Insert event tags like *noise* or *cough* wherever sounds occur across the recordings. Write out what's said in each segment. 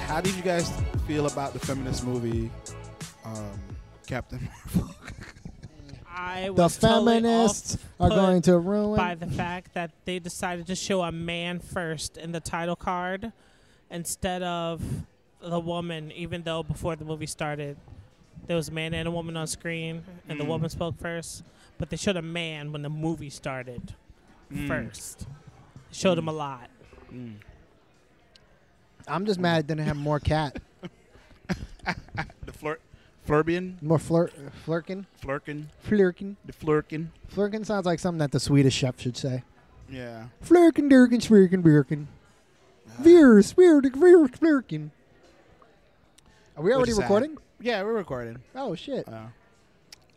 how did you guys feel about the feminist movie, um, Captain Marvel? I The was totally feminists are off-put going to off ruin. by the fact that they decided to show a man first in the title card instead of the woman, even though before the movie started, there was a man and a woman on screen, and the Mm. woman spoke first, but they showed a man when the movie started Mm. first. Showed him a lot. Mm. I'm just mad it didn't have more cat, The flirt, Flurbian, more flirt, flirkin, Flurkin, flirkin. the Flurkin. Flirkin sounds like something that the Swedish chef should say. Yeah. Flirkin, dirkin, swirkin, birkin. Veer, swir, veer, flirkin. Are we Which already is sad. recording? Yeah, we're recording. Oh shit! Uh,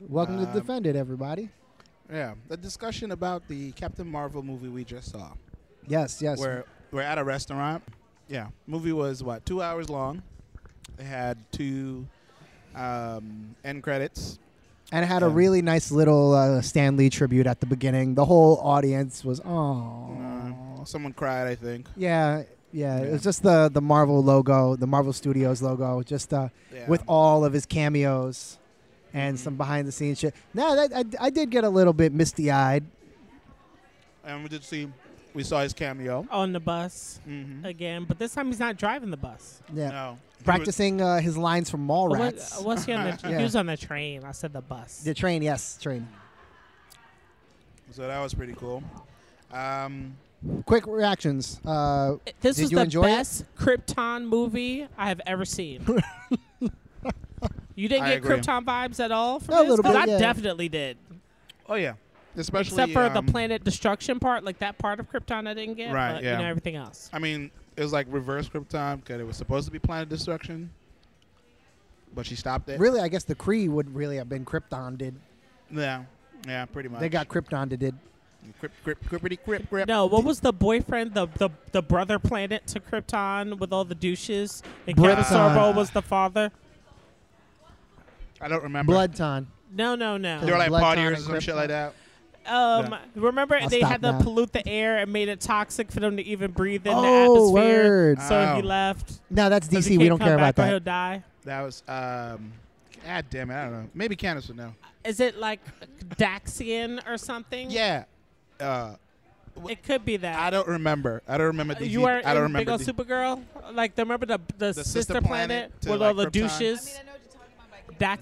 Welcome to um, Defended, everybody. yeah, the discussion about the Captain Marvel movie we just saw. Yes, yes. We're we're at a restaurant. Yeah, movie was what two hours long. They had two um, end credits. and it had a Yeah. really nice little uh, Stan Lee tribute at the beginning. The whole audience was oh Uh, someone cried, I think. yeah, yeah. It Yeah. was just the the Marvel logo, the Marvel Studios logo, just uh, Yeah. with all of his cameos and Mhm. some behind the scenes shit. Now that I, I did get a little bit misty eyed. and we did see, we saw his cameo. On the bus Mm-hmm. again, but this time he's not driving the bus. Yeah, No, practicing uh, his lines from What- Mallrats. what's he on *laughs* the? Yeah. He was on the train. I said the bus. The train, yes, train. So that was pretty cool. Um, Quick reactions. Uh, This Did was you the enjoy it? best Krypton movie I have ever *laughs* seen. you didn't I get agree. Krypton vibes at all from A this? little 'Cause bit, I yeah. definitely did. oh yeah, especially Except for um, the planet destruction part, like that part of Krypton I didn't get. Right, but, yeah. You know, everything else. I mean, it was like reverse Krypton because it was supposed to be Planet Destruction, but she stopped it. really, I guess the Kree would really have been Krypton. Did Yeah, yeah, pretty much. they got Krypton? Did crip, crip, crippity, crip, crip. No, what was the boyfriend, the, the the brother planet to Krypton with all the douches? And Captain Krypton. Sorbo was the father? I don't remember. Bloodton? No, no, no. They were like partiers Blood Time or and some shit Krypton. like that. Um, remember I'll they stop had to now. pollute the air and made it toxic for them to even breathe in Oh, the atmosphere. word. So Oh. he left. No, that's 'Cause DC. he We can't don't come care about back or He'll that. die. That was, um, god damn it, I don't know. Maybe Candace would know. Is it like Daxian or something? Yeah, uh, wh- it could be I that. don't remember. I don't remember. DC. you were I don't in Big remember. Ol' D- Supergirl. Like, the, remember the the, sister sister planet planet, to, with like, all Krypton? the I I mean, douches, I know what you're talking about, but I can't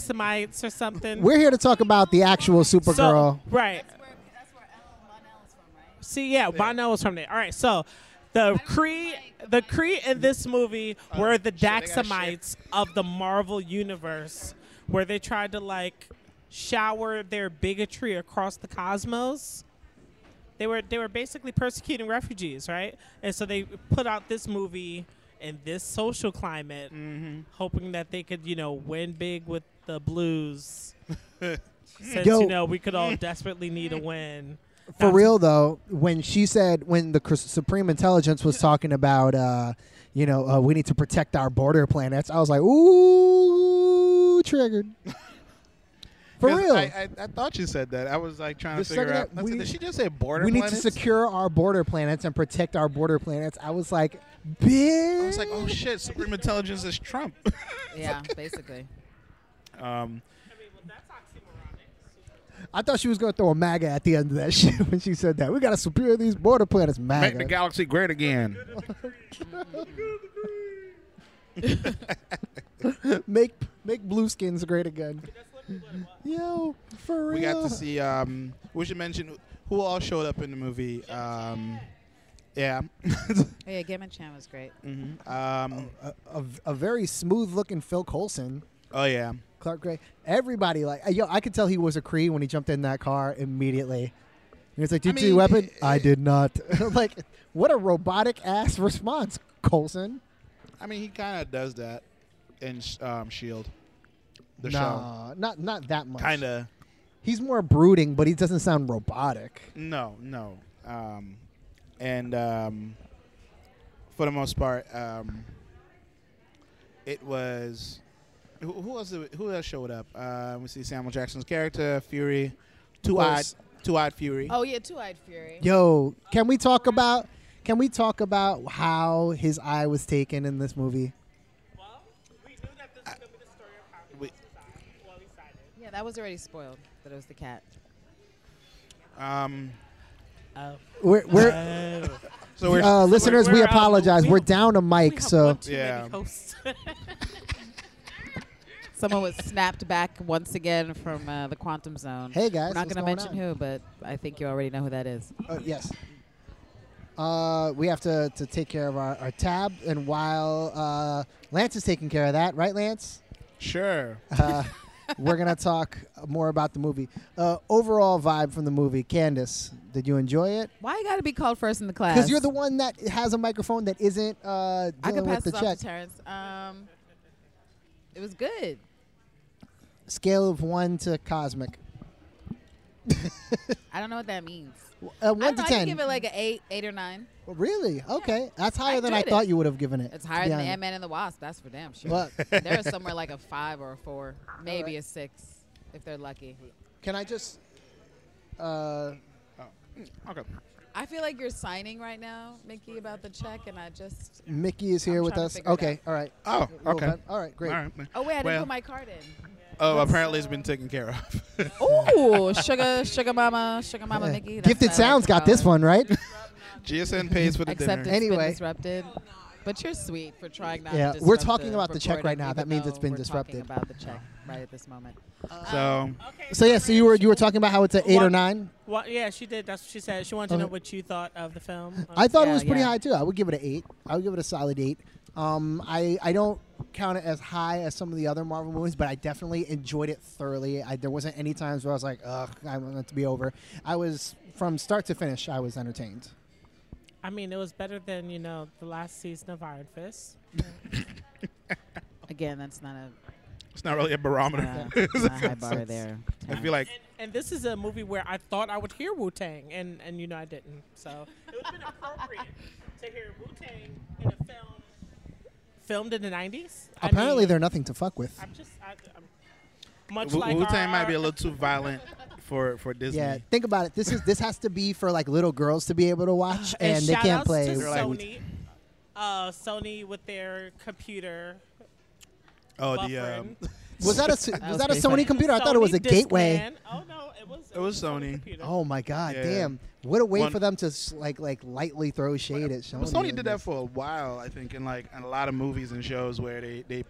Daxamites or something. We're here to talk about the actual so, Supergirl. Right. That's where, that's where Ellen Bonnell is from, right? See, yeah, Bono was from there. All right, so the Cree, the Cree in this movie were the Oh, shit, I gotta Daxamites of the Marvel universe, where they tried to like shower their bigotry across the cosmos. They were they were basically persecuting refugees, right? And so they put out this movie in this social climate, Mm-hmm. hoping that they could you know win big with *laughs* the blues. Since Yo. you know we could all desperately need a win. For That's- real though, when she said when the Cr- Supreme Intelligence was talking about, uh, you know, uh, we need to protect our border planets, I was like, ooh, *laughs* triggered. For 'Cause real, I, I, I thought you said that. I was like trying The to figure second out. that I said, we- Did she just say border? we need planets? to secure our border planets and protect our border planets. I was like, bitch. I was like, oh shit, Supreme Intelligence is Trump. *laughs* Yeah, basically. um, I thought she was gonna throw a MAGA at the end of that *laughs* shit when she said that. We gotta secure these border planets, make MAGA. the galaxy great again. make make blueskins great again. Yo, for real. We got to see. Um, we should mention who all showed up in the movie. Um, yeah. *laughs* Oh, yeah, Gemma Chan was great. Mm-hmm. Mhm. um, a, a, a very smooth looking Phil Coulson, oh yeah. Clark Gray. Everybody like yo, I could tell he was a Cree when he jumped in that car immediately. And it's like, did you mean, weapon? it- I it- did not. *laughs* like, what a robotic ass response, Coulson. I mean, he kind of does that in sh- um, Shield. The show. nah, not not that much. Kind of. He's more brooding, but he doesn't sound robotic. No, no. Um, and um, for the most part, um, it was. Who, who else? did- Who else showed up? Uh, we see Samuel Jackson's character, Fury, Two Eyed, course. Two Eyed Fury. Oh, yeah, Two Eyed Fury. Yo, can we talk about? Can we talk about how his eye was taken in this movie? Yeah, that was already spoiled. That it was the cat. Um, Oh. We're, we're Oh. so we're uh, listeners. we're we out. apologize. We- We're down a We mic, have so one too many Yeah. *laughs* hosts. *laughs* Someone was snapped back once again from uh, the quantum zone. hey guys, We're not what's gonna going mention on? who, but I think you already know who that is. Oh, yes. Uh, we have to, to take care of our, our tab, and while uh, Lance is taking care of that, right, Lance? sure. *laughs* Uh, we're gonna talk more about the movie. Uh, overall vibe from the movie, Candace. Did you enjoy it? Why you gotta be called first in the class? Because you're the one that has a microphone that isn't uh, I dealing can with pass the this off check. to Terrence. Um, it was good. Scale of one to cosmic. I don't know what that means. Uh, I one don't to know, I ten. Oh, can give it like an eight, eight or nine. really? Okay, that's higher I than I enjoyed it. thought you would have given it. It's to higher be than honest. Ant Man and the Wasp. That's for damn sure. *laughs* Look, There is somewhere like a five or a four, maybe Alright. a six if they're lucky. can I just? Uh, Okay. I feel like you're signing right now, Mickey, about the check, and I just. Mickey is here I'm with trying to us. figure it Okay, all right. Oh, Well, okay. but- All right, great. All right. man. Oh wait, I didn't Well- put my card *laughs* in. Oh, That's, apparently it's uh, been taken care *laughs* of. Oh, sugar, sugar mama, sugar mama, Yeah. Mickey. that's Gifted what I like Sounds to got call this her. one *laughs* right. GSN pays for the Except it's dinner. been Anyway. disrupted. But you're sweet for trying not. Yeah, to we're disrupt talking the about the check recording, right now. even That means though it's been we're talking disrupted. about the check right at this moment. so so yeah, so you were you were talking about how it's an eight or One- nine. Well, yeah, she did. That's what she said. She wanted to know Okay. what you thought of the film. Uh-huh. Um, I thought it Yeah, was pretty yeah. high too. I would give it an eight. I would give it a solid eight. Um, I I don't count it as high as some of the other Marvel movies, but I definitely enjoyed it thoroughly. I, there wasn't any times where I was like, ugh, I want it to be over. I was from start to finish. I was entertained. I mean, it was better than you know the last season of Iron Fist. Again, that's *laughs* not a, it's not really a barometer. not a, not a high bar there. *laughs* I Terrence. feel like And, and this is a movie where I thought I would hear Wu Tang, and and you know I didn't. So it would have been appropriate to hear Wu Tang in a film filmed in the '90s. I Apparently, mean, they're nothing to fuck with. I'm just. I, I'm much Wu like Wu our- Tang might be a our- little too violent for for Disney. Yeah, think about it. This is this has to be for like little girls to be able to *sighs* watch, and, Uh, And, they shout can't outs play. To with- Sony, uh, Sony with their computer. Oh, the um, buffering. Was that a *laughs* s- was was that a Sony pretty funny. computer? I thought it was a Discman. gateway. Oh no, it was. It was Sony. computer. Oh my god, Yeah. damn! What a way One- for them to s- like like lightly throw shade at Sony. But Sony in did that this. for a while, I think, in like in a lot of movies and shows where they they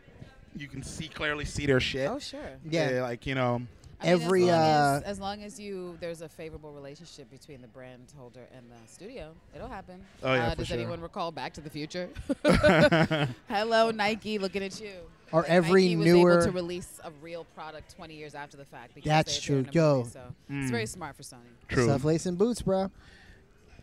you can see clearly see their shit. Oh sure. Yeah. They, like you *laughs* know. I mean, Every, as long, as, uh, as long as you there's a favorable relationship between the brand holder and the studio, it'll happen. Oh, yeah, uh, for does sure. anyone recall Back to the Future? *laughs* *laughs* Hello Nike, looking at you. Or Like, every Nike was newer- able to release a real product 20 years after the fact. Because That's they appeared true. in a movie, Yo. so Hmm. it's very smart for Sony. True. Stuff lace and boots, bro. Um,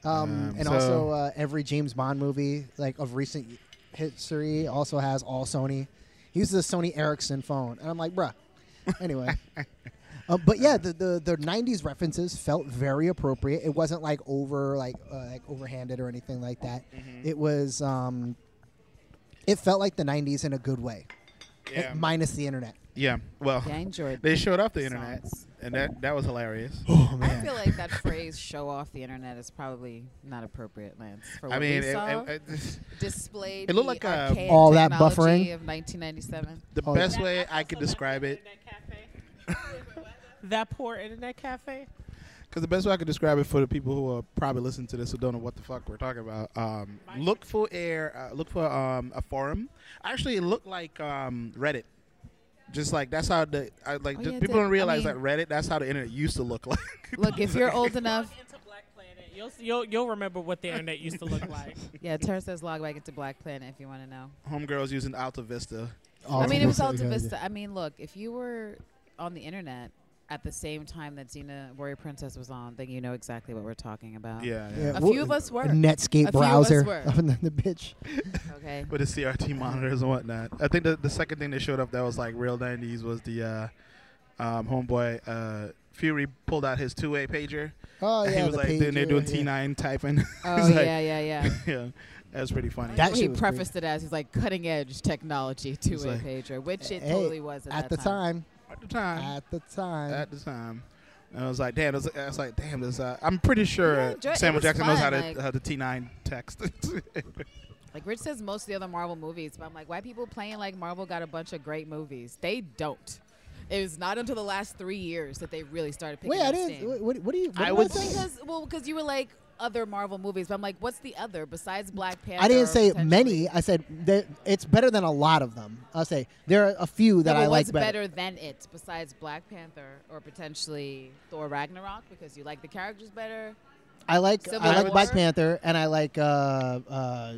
Um, and so- also uh, every James Bond movie like of recent history also has all Sony. He uses a Sony Ericsson phone, and I'm like, bruh. *laughs* Anyway. Uh, but yeah, the, the the '90s references felt very appropriate. It wasn't like over like uh, like overhanded or anything like that. Mm-hmm. It was um, it felt like the '90s in a good way, e-, Yeah. minus the internet. yeah. Well, Yeah, I enjoyed. they showed off the internet, Songs. and that that was hilarious. *gasps* Oh I feel like that phrase "show off the internet" is probably not appropriate, Lance. For what I mean, we it, saw. it, it- displayed It looked the like, uh, archaic All that technology buffering. of 1997. the Oh, yeah. best way I could describe it, *laughs* that poor internet cafe. because the best way I could describe it for the people who are probably listening to this who don't know what the fuck we're talking about, um, look for air, uh, look for um, a forum. Actually, it looked like um, Reddit. Just like that's how the I, like Oh, just- yeah, it people did. don't realize I mean- that Reddit. That's how the internet used to look *laughs* like. Look, if you're old enough, Into Black Planet, you'll, you'll you'll remember what the internet used to look *laughs* like. yeah. Terrence says log back into Black Planet if you want to know. Homegirls using Alta Vista. I mean, it was Alta Oh, Yeah, yeah. Vista. I mean, look, if you were on the internet at the same time that Xena Warrior Princess was on, then you know exactly what we're talking about. Yeah, yeah. Yeah. A Well, few of us were. A Netscape A few of us browser *laughs* were. up in the, the bitch. *laughs* Okay. With the CRT *laughs* monitors and whatnot. I think the, the second thing that showed up that was like real 90s was the uh, um, homeboy uh, Fury pulled out his two way pager. Oh and *laughs* yeah, he was the like, page then they're yeah, doing yeah. T9 typing. *laughs* Oh It's like- yeah, yeah, yeah. *laughs* yeah, that was pretty funny. *laughs* That Well, shit he was great. prefaced it as he's like cutting edge technology to a like- pager, which it Hey, totally was at, At that the time. at the time. At the time. At the time. And I was like, damn, I was, I was like, damn, this, uh, I'm pretty Yeah, sure enjoy- it Samuel was Jackson knows how fun, to, like- how to T9 text. *laughs* Like Rich says, most of the other Marvel movies, but I'm like, why people playing like Marvel got a bunch of great movies? They don't. It was not until the last three years that they really started picking Wait, up I steam. didn't. What, what do you? What I did would say? Well, because well, because you were like other Marvel movies, but I'm like, what's the other besides Black Panther? I didn't say potentially? many. I said that it's better than a lot of them. I'll say there are a few that No, but I what's like better. better. than it besides Black Panther or potentially Thor Ragnarok because you like the characters better? I like Civil I like War? Black Panther and I like uh uh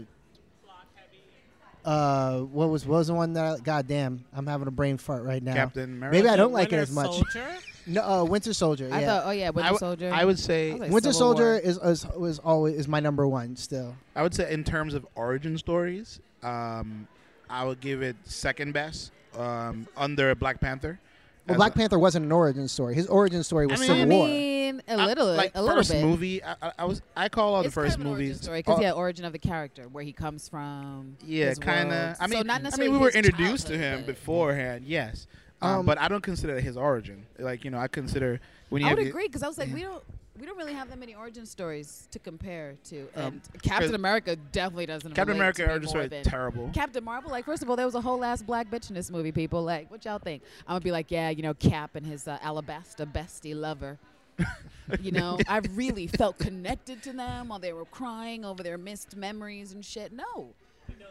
uh what was what was the one that I, God damn I'm having a brain fart right now. Captain America. Maybe I don't The like it Winter as much. *laughs* Soldier? No, uh, Winter Soldier. I yeah. thought, oh yeah, Winter I w- Soldier. I would I say was like, Winter Civil Soldier War. is, is is always is my number one still. I would say in terms of origin stories, um, I would give it second best um, under Black Panther. Well, As Black a- Panther wasn't an origin story. His origin story was I Civil I mean- War. mean, a I- little, like a little first bit. movie. I, I, I was I call all It's the first kind of an origin movies. story because all- yeah, origin of the character, where he comes from. yeah, his kind world. of. I mean, so not I mean, necessarily we were his introduced to childhood, him but- beforehand. Yes, um, Um, but I don't consider it his origin. Like you know, I consider when you I have would the- agree because I was like, Yeah. we don't. We don't really have that many origin stories to compare to, Um, and 'cause- Captain America definitely doesn't. Captain relate America to me origin more story than- terrible. Captain Marvel, like first of all, there was a whole ass black bitch in this movie. People, like, what y'all think? I'm gonna be like, yeah, you know, Cap and his uh, Alabasta bestie lover. *laughs* you know, I really felt connected to them while they were crying over their missed memories and shit. No,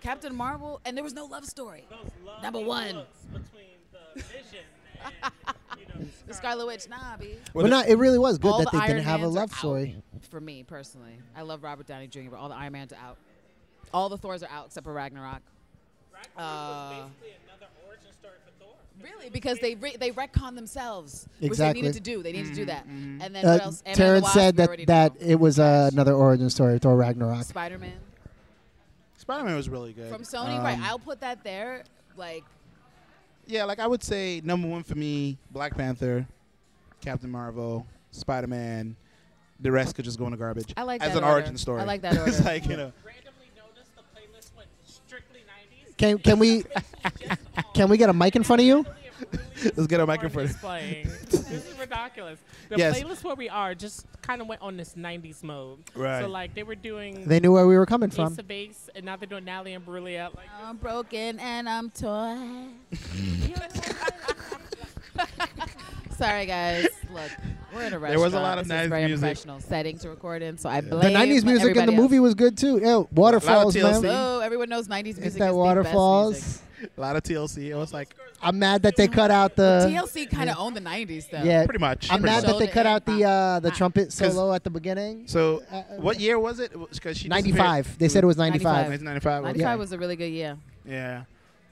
Captain Marvel, and there was no love story. Those love Number one. looks Between the Vision and, you know, The Scarlet Witch, nah, B. Well, but the- no, it really was good All that the they didn't Iron have a Mans are love out. story. For me personally, I love Robert Downey Jr., but all the Iron Mans are out. All the Thors are out except for Ragnarok. Ragnarok Uh, was basically another origin story for Thor. Really, because they re- they retcon themselves, which they Exactly. needed to do. They needed Mm-hmm, to do that. And then what Uh, else? Ant-Man and the Terrence Wasp, said we that already that know. it was uh, another origin story, Thor Ragnarok. Spider-Man Spider Man was really good from Sony. right, Uh, Um, I'll put that there. Like yeah, like I would say number one for me, Black Panther, Captain Marvel, Spider Man. The rest could just go in the garbage. I like as that an order. origin story. I *laughs* like that it's order. like you know, Randomly noticed the playlist went strictly 90s. Can *laughs* can we can we get a mic in front of you? let's get a microphone. Is playing. this is ridiculous. The Yes. playlist where we are just kind of went on this 90s mode. Right. So, like, they were doing They knew where we were coming from. Ace of Base, and now they're doing Natalie and Brulia. Like, I'm broken and I'm torn. *laughs* Sorry guys. Look, we're in a restaurant. There was a lot of This nice is very music. unprofessional setting to record in, so I The blame '90s music in the everybody movie was good too. Yeah, waterfalls, TLC. man. Else. Oh, everyone knows 90s music. It's is the that best waterfalls. a lot of TLC. I was like, I'm mad that they cut out the. music. TLC kind of owned the 90s though. Uh, Yeah, pretty much. I'm pretty mad much. that they cut out the uh, the trumpet 'Cause- solo at the beginning. So, Uh, uh, what year was it? Because she disappeared- 95. They said it was 95. 1995. 95 okay. was a really good year. Yeah.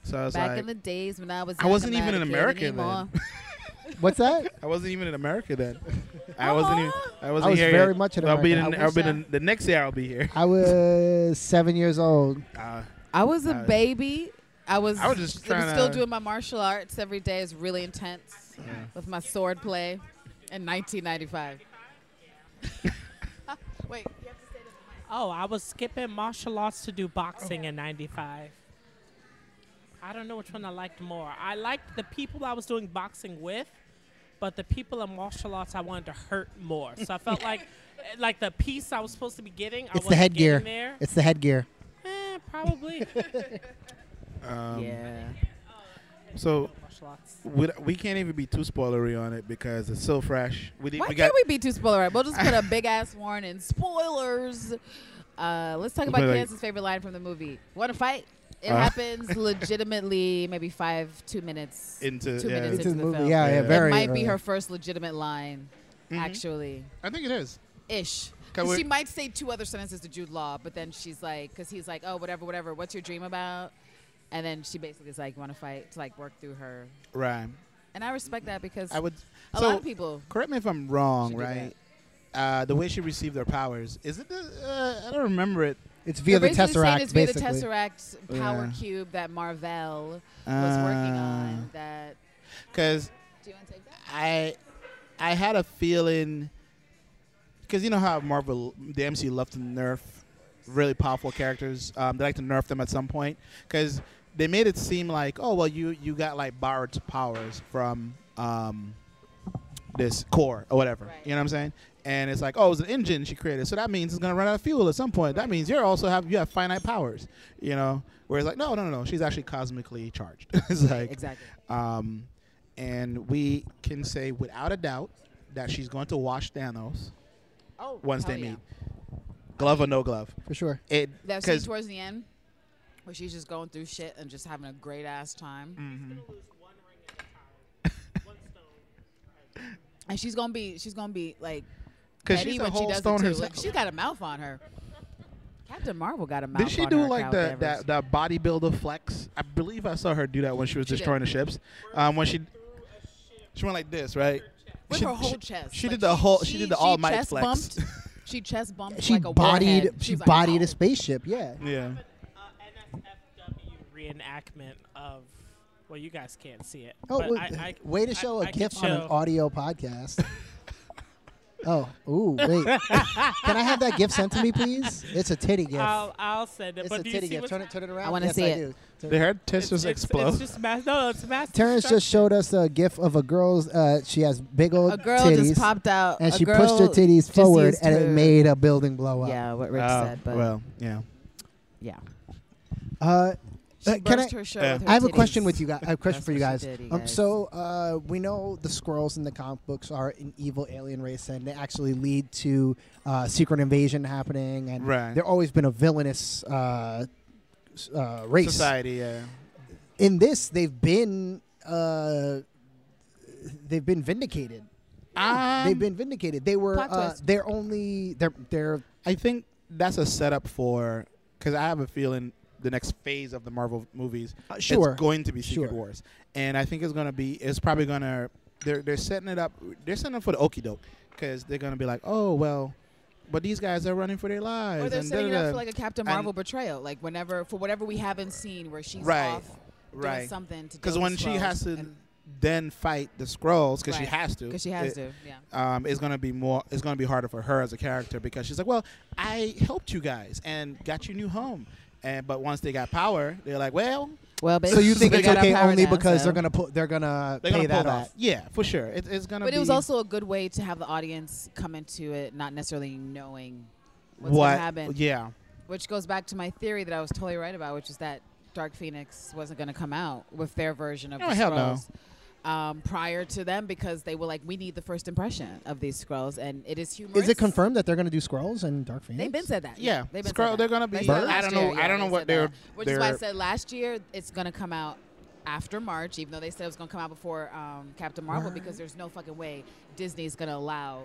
So I was Back like, in the days when I was I young, wasn't I'm even an not a kid American then. anymore. *laughs* What's that? I *laughs* wasn't even in America then. *laughs* I wasn't even. I wasn't I was here very yet. much in I'll be in. America. I I'll be wish I- in the next year. I'll be *laughs* here. I was seven years old. Uh, I was a Uh, baby. I was. I was just I was tryna- still doing my martial arts every day. It's really intense with my sword play in *laughs* 1995. *laughs* Wait, you have to say this. oh, I was skipping martial arts to do boxing in 95. I don't know which one I liked more. I liked the people I was doing boxing with, but the people in martial arts I wanted to hurt more. So I felt like like the piece I was supposed to be getting, I It's the wasn't headgear. getting there. It's the headgear. Eh, probably. um, yeah. So martial arts. we, we can't even be too spoilery on it because it's so fresh. We did, Why we got can't we be too spoiler? We'll just *laughs* put a big ass warning. Spoilers. Uh, let's talk about But, like- Kansas' favorite line from the movie. Want to fight? It Uh. *laughs* happens legitimately, maybe five, two minutes. into. two yeah. minutes. It's Into the the movie. film. Yeah, yeah, Yeah. very. uh, it might be early. her first legitimate line, Mhm. actually. I think it is. ish. 'Cause we're- She might say two other sentences to Jude Law, but then she's like, because he's like, oh, whatever, whatever, what's your dream about? And then she basically is like, want to fight to like work through her. Right. And I respect that because I would. a so lot of people. correct me if I'm wrong. Should do Right. Uh, the way she received her powers is it? The, uh, I don't remember it. It's via the They're basically saying tesseract, it's via the basically. Tesseract power Yeah. Uh, cube that Marvel was working on. That Because do you want to take that? I I had a feeling because you know how Marvel the MCU love to nerf really powerful characters. Um, they like to nerf them at some point because they made it seem like oh well you you got like borrowed powers from um, this core or whatever. Right. You know what I'm saying? And it's like oh it was an engine she created, so that means it's gonna run out of fuel at some point. That means you're also have you have finite powers. *laughs* You know. Whereas like no no no no she's actually cosmically charged. it's like Exactly. um, and we can say without a doubt that she's going to wash Thanos Oh, once hell they yeah. meet, glove or no glove. for sure. It That scene 'cause- towards the end where she's just going through shit and just having a great ass time. Mm-hmm. *laughs* And she's gonna be, she's gonna be like, 'cause petty she's a when she whole does it stone too. herself. Like, she's got a mouth on her. Captain Marvel got a mouth. Did she on do her, like Carol the, Danvers. that that bodybuilder flex? I believe I saw her do that when she was She did. destroying the ships. Um, when she she went like this, right? with she, her whole she- chest? She Like, did the whole. She, did the all might chest flex. Bumped, she chest bumped. She like a bodied. warhead. She She's like, bodied "Oh." a spaceship. Yeah. *laughs* yeah. Uh, NSFW reenactment of. Well, you guys can't see it. Oh, but well, I- I- way to show I- a I could GIF on an show- *laughs* audio podcast. oh, ooh, wait. Can I have that GIF sent to me, please? It's a titty GIF. I'll, I'll send it. it's but a do you titty see GIF. what's Turn it, turn it around. wanna yes, see it. do. Turn- Their tits just it's, explode. It's just mass. No, it's mass. Terrence just destruction. showed us a GIF of a girl's. Uh, she has big old A girl titties, just popped out, and a she pushed her girl titties just forward, used and it her- made Uh, a building blow up. Yeah, what Rich Oh, said, but well, yeah. yeah, Uh, she Uh, can I- burst her shirt Yeah. with her I have a titties. question with you guys. *laughs* I have a question That's for you what guys. she did, you Um, guys. so uh, we know the squirrels in the comic books are an evil alien race, and they actually lead to uh, secret invasion happening, and Right. they've always been a villainous uh, s- uh, race. Society. Yeah. In this, they've been uh, they've been vindicated. Um, Um, they've been vindicated. They were Plot uh, twist. they're only they're they're I think that's a setup for because I have a feeling the next phase of the Marvel movies Uh, sure. it's going to be Secret Sure. Wars, and I think it's gonna be it's probably gonna they're they're setting it up they're setting up for the okey doke because they're gonna be like oh well, but these guys are running for their lives Or they're and setting it up da-da-da. for like a Captain And- Marvel betrayal, like whenever for whatever we haven't seen, where she's Right, off doing right something to because deal with when she Skrulls has to and- then fight the scrolls because she Right. has to 'cause she has it- to, yeah. um, it's gonna be more. It's gonna be harder for her as a character because she's like, well, I helped you guys and got you new home, and but once they got power, they're like, well, Well, but so you they think it's got our okay power only now, because so. they're gonna put they're gonna they're pay gonna pull that it off. off. Yeah, for sure. It, it's gonna. But be it was also a good way to have the audience come into it not necessarily knowing what's what gonna happen. Yeah, Which goes back to my theory that I was totally right about, which is that Dark Phoenix wasn't going to come out with their version of Oh, the hell no. Skrulls um, prior to them because they were like, we need the first impression of these Skrulls, and it is humorous. Is it confirmed that they're gonna do squirrels and Dark Phoenix? They've been said that. Yeah. they've been Skrull- said that. they're gonna They be- said But I last don't know- year, yeah, I don't know they what said their- that. Which is why I their- said last year it's gonna come out after March, even though they said it was gonna come out before um, Captain Marvel, because there's no fucking way Disney's gonna allow.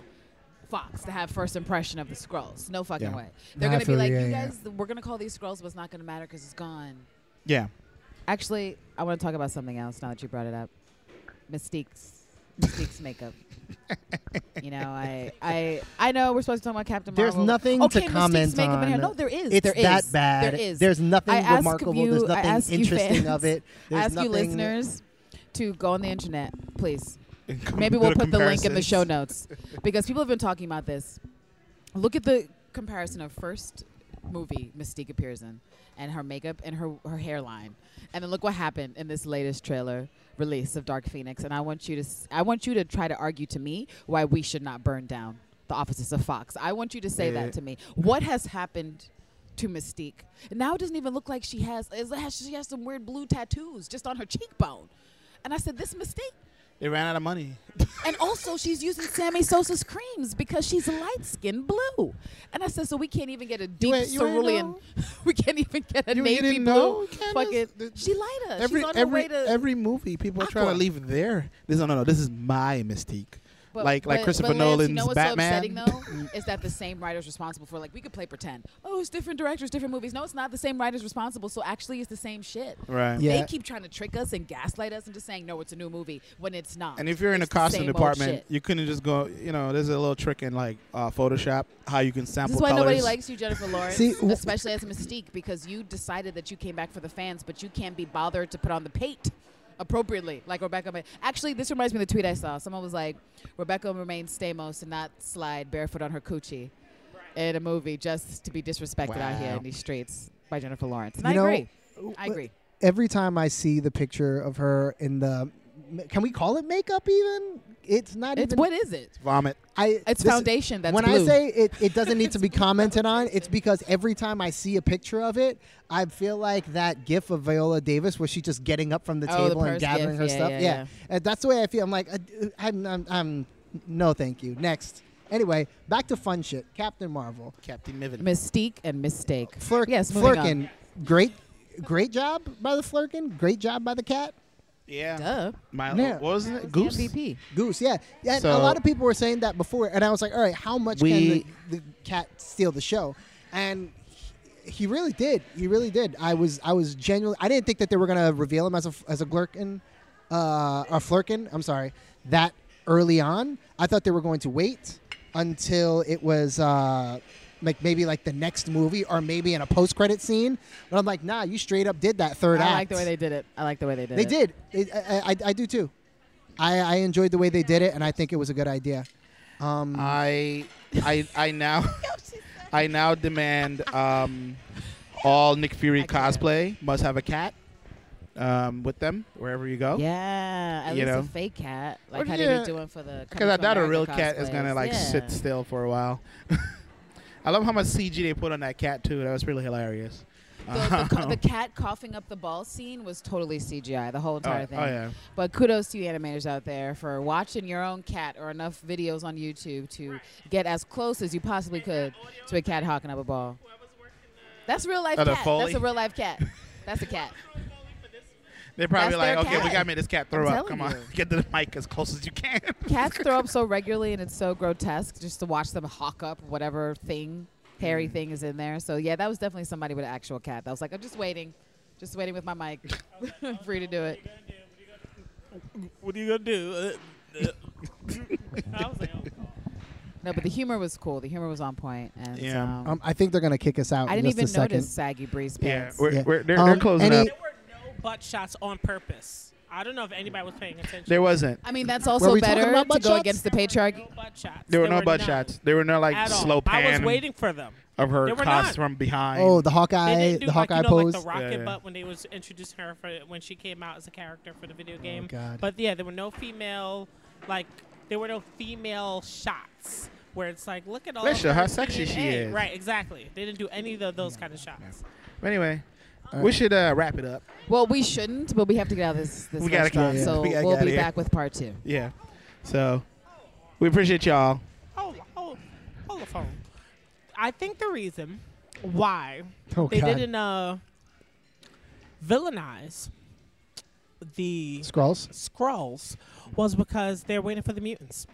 Fox to have first impression of the Skrulls. No fucking Yeah. way. They're Nah, I gonna be feel like, you, you yeah, yeah. guys, we're gonna call these Skrulls, but it's not gonna matter because it's gone. yeah. Actually, I want to talk about something else now that you brought it up. Mystique's Mystique's makeup. You know, I I I know we're supposed to talk about Captain There's Marvel. nothing to okay, Mystique's comment makeup in on. here. No, there is. It's There is. that bad. There is. There's nothing I ask of remarkable. you- There's I nothing ask you interesting fans, of *laughs* it. There's Ask nothing. you listeners to go on the internet, please. *laughs* Maybe we'll put the link in the show notes because people have been talking about this. Look at the comparison of first movie Mystique appears in and her makeup and her, her hairline. And then look what happened in this latest trailer release of Dark Phoenix and I want you to s- I want you to try to argue to me why we should not burn down the offices of Fox. I want you to say Yeah. that to me. What has happened to Mystique? Now it doesn't even look like she has it has- she has some weird blue tattoos just on her cheekbone. And I said this Mystique They ran out of money. and also, she's using Sammy Sosa's creams because she's light skinned blue. And I said, so we can't even get a deep ain't- you ain't cerulean. know? *laughs* we can't even get a You- you navy didn't know, *laughs* blue. Candace? Fucking, The- she light us. Every she's on every her way to. every movie, people are trying to Aqua. leave their. This no no no. This is my mystique. But- like like but- Christopher but Lance, Nolan's you know what's Batman. Mm. *laughs* So upsetting though is that the same writer's responsible for like we could play pretend. Oh, it's different directors, different movies. No, it's not the same writer's responsible. So actually, it's the same shit. right. Yeah. They keep trying to trick us and gaslight us into saying no, it's a new movie when it's not. And if you're in the It's the costume same old department, shit. you couldn't just go. You know, there's a little trick in like uh, Photoshop how you can sample This is why nobody colors. likes you, Jennifer Lawrence, See, w- especially as Mystique, because you decided that you came back for the fans, but you can't be bothered to put on the pate appropriately, like Rebecca. Ma- Actually, this reminds me of the tweet I saw. Someone was like, "Rebecca remains Stamos and not slide barefoot on her coochie in a movie just to be disrespected out here Wow. in these streets by Jennifer Lawrence." And You I know, agree. I agree. Every time I see the picture of her in the ma- can we call it makeup even? It's not It's even. what is it? Vomit. I, It's this- foundation that's when I blue. say it, it doesn't *laughs* need to be commented on, it's because every time I see a picture of it, I feel like that gif of Viola Davis where she's just getting up from the Oh, the table and purse gathering gif. her Yeah, stuff. yeah, yeah. And that's the way I feel. I'm like, uh, d- I'm, I'm, I'm, no, thank you. Next. Anyway, back to fun shit. Captain Marvel. Captain Miven. Mystique and mistake. Flirk, yes, moving on. Flurkin. Great, great job by the Flurkin. Great job by the cat. Yeah. Duh. My, Yeah. What was That it? was the Goose? MVP. Goose, yeah. yeah and a So- lot of people were saying that before, and I was like, all right, how much We- can the, the cat steal the show? And he, he really did. He really did. I was, I was genuinely. I didn't think that they were gonna reveal him as a as a glurkin, uh, or flurkin. I'm sorry, that early on. I thought they were going to wait until it was. Uh, like maybe like the next movie or maybe in a post credit scene, but I'm like, nah, you straight up did that I third act. like the way they did it. I like the way they did They it. did. It, I, I, I do too. I, I enjoyed the way they did it, and I think it was a good idea. Um, Uh, I, I, I now, *laughs* I now demand um, all Nick Fury I can't. cosplay must have a cat um, with them wherever you go. Yeah, at Oh. You least know? a fake cat. Like Well, how they yeah. were doing for the Because I Coming to doubt a America real cat is gonna cosplays. like Yeah. sit still for a while. *laughs* I love how much CG they put on that cat too. That was really hilarious. The, the, *laughs* co- the cat coughing up the ball scene was totally CGI. The whole oh, entire thing. oh, yeah. But kudos to you animators out there for watching your own cat or enough videos on YouTube to get as close as you possibly could to a cat hawking up a ball. That's real life Oh, the cat. Foley? That's a real life cat. That's *laughs* a cat. They're probably That's their like, okay, we cat. gotta make this cat throw I'm up. telling Come on, you. *laughs* get to the mic as close as you can. *laughs* Cats throw up so regularly and it's so grotesque just to watch them hawk up whatever thing, hairy Mm. thing is in there. So yeah, that was definitely somebody with an actual cat. That was like, I'm just waiting. Just waiting with my mic. *laughs* Free to do it. What are you gonna do? Uh, uh. *laughs* I was like, oh. No, but the humor was cool. The humor was on point. And Yeah. um, um, I think they're gonna kick us out. I in didn't even just a second. notice saggy breeze pants. we're, Yeah. We're, they're, Um, they're closing any- up. There were no butt shots on purpose. I don't know if anybody was paying attention. There wasn't. I mean, that's Were also we talking better to about go butt shots? against the There were patriarchy. No butt shots. There were no butt none shots. There were no like at all. slow I was pan waiting for them. of her There were cost none. from behind. Oh, the They Hawkeye, didn't do the like, Hawkeye you know, pose. like the rocket yeah. butt when they was introducing her for when she came out as a character for the video game. Oh, God. But yeah, there were no female like there were no female shots where it's like look at all Bless of you, her how sexy she DNA. is. Right, exactly. They didn't do any of those kind of shots. Anyway, All we right. should uh, wrap it up. Well, we shouldn't, but we have to get out of this, this We gotta restaurant. get- So we gotta we'll get outta be here. back with part two. Yeah. So we appreciate y'all. Hold, hold, hold the phone. I think the reason why Oh, they God. didn't uh, villainize the Scrolls. Skrulls was because they're waiting for the mutants.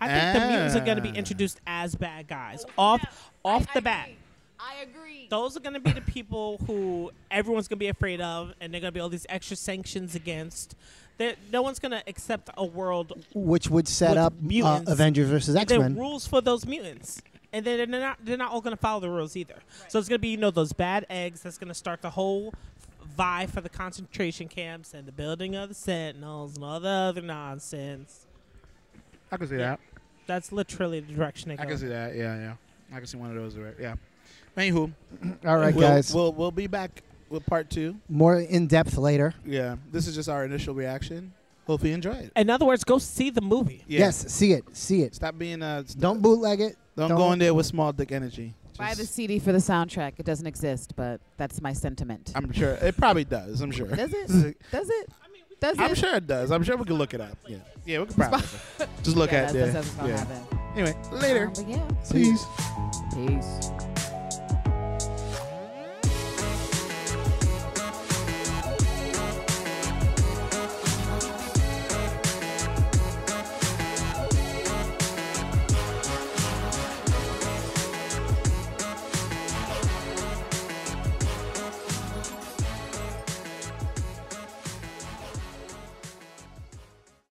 I think the mutants are going to be Ah. introduced as bad guys off off the bat. I agree. Those are going to be the people who everyone's going to be afraid of, and they're going to be all these extra sanctions against. They're, no one's going to accept a world Which would set With up uh, mutants. Avengers versus X the Men. rules for those mutants. And then they're not they're not all gonna follow the rules either. So it's gonna be, you know, those bad eggs that's gonna start the whole vie for the concentration camps and the building of the sentinels and all the other nonsense. I can see Yeah. that. That's literally the direction they I go. can see that. Yeah, yeah. I can see one of those. Right. Yeah. Anywho, All right, we'll, guys. We'll we'll be back with part two. More in depth later. Yeah. This is just our initial reaction. Hope you enjoy it. In other words, go see the movie. Yeah. Yes, see it, see it. Stop being uh. do Don't bootleg it. don't, don't- go in there with small dick energy. Buy Just- the CD for the soundtrack. It doesn't exist, but that's my sentiment. I'm sure it probably does. I'm sure. *laughs* Does it? Does it? Does I'm it? sure it does. I'm sure we can look it up. Yeah. Yeah, we can probably. Just look yeah, at that's, it. that's what's gonna Yeah. happen. Anyway, later. Um, but yeah. Peace. Peace.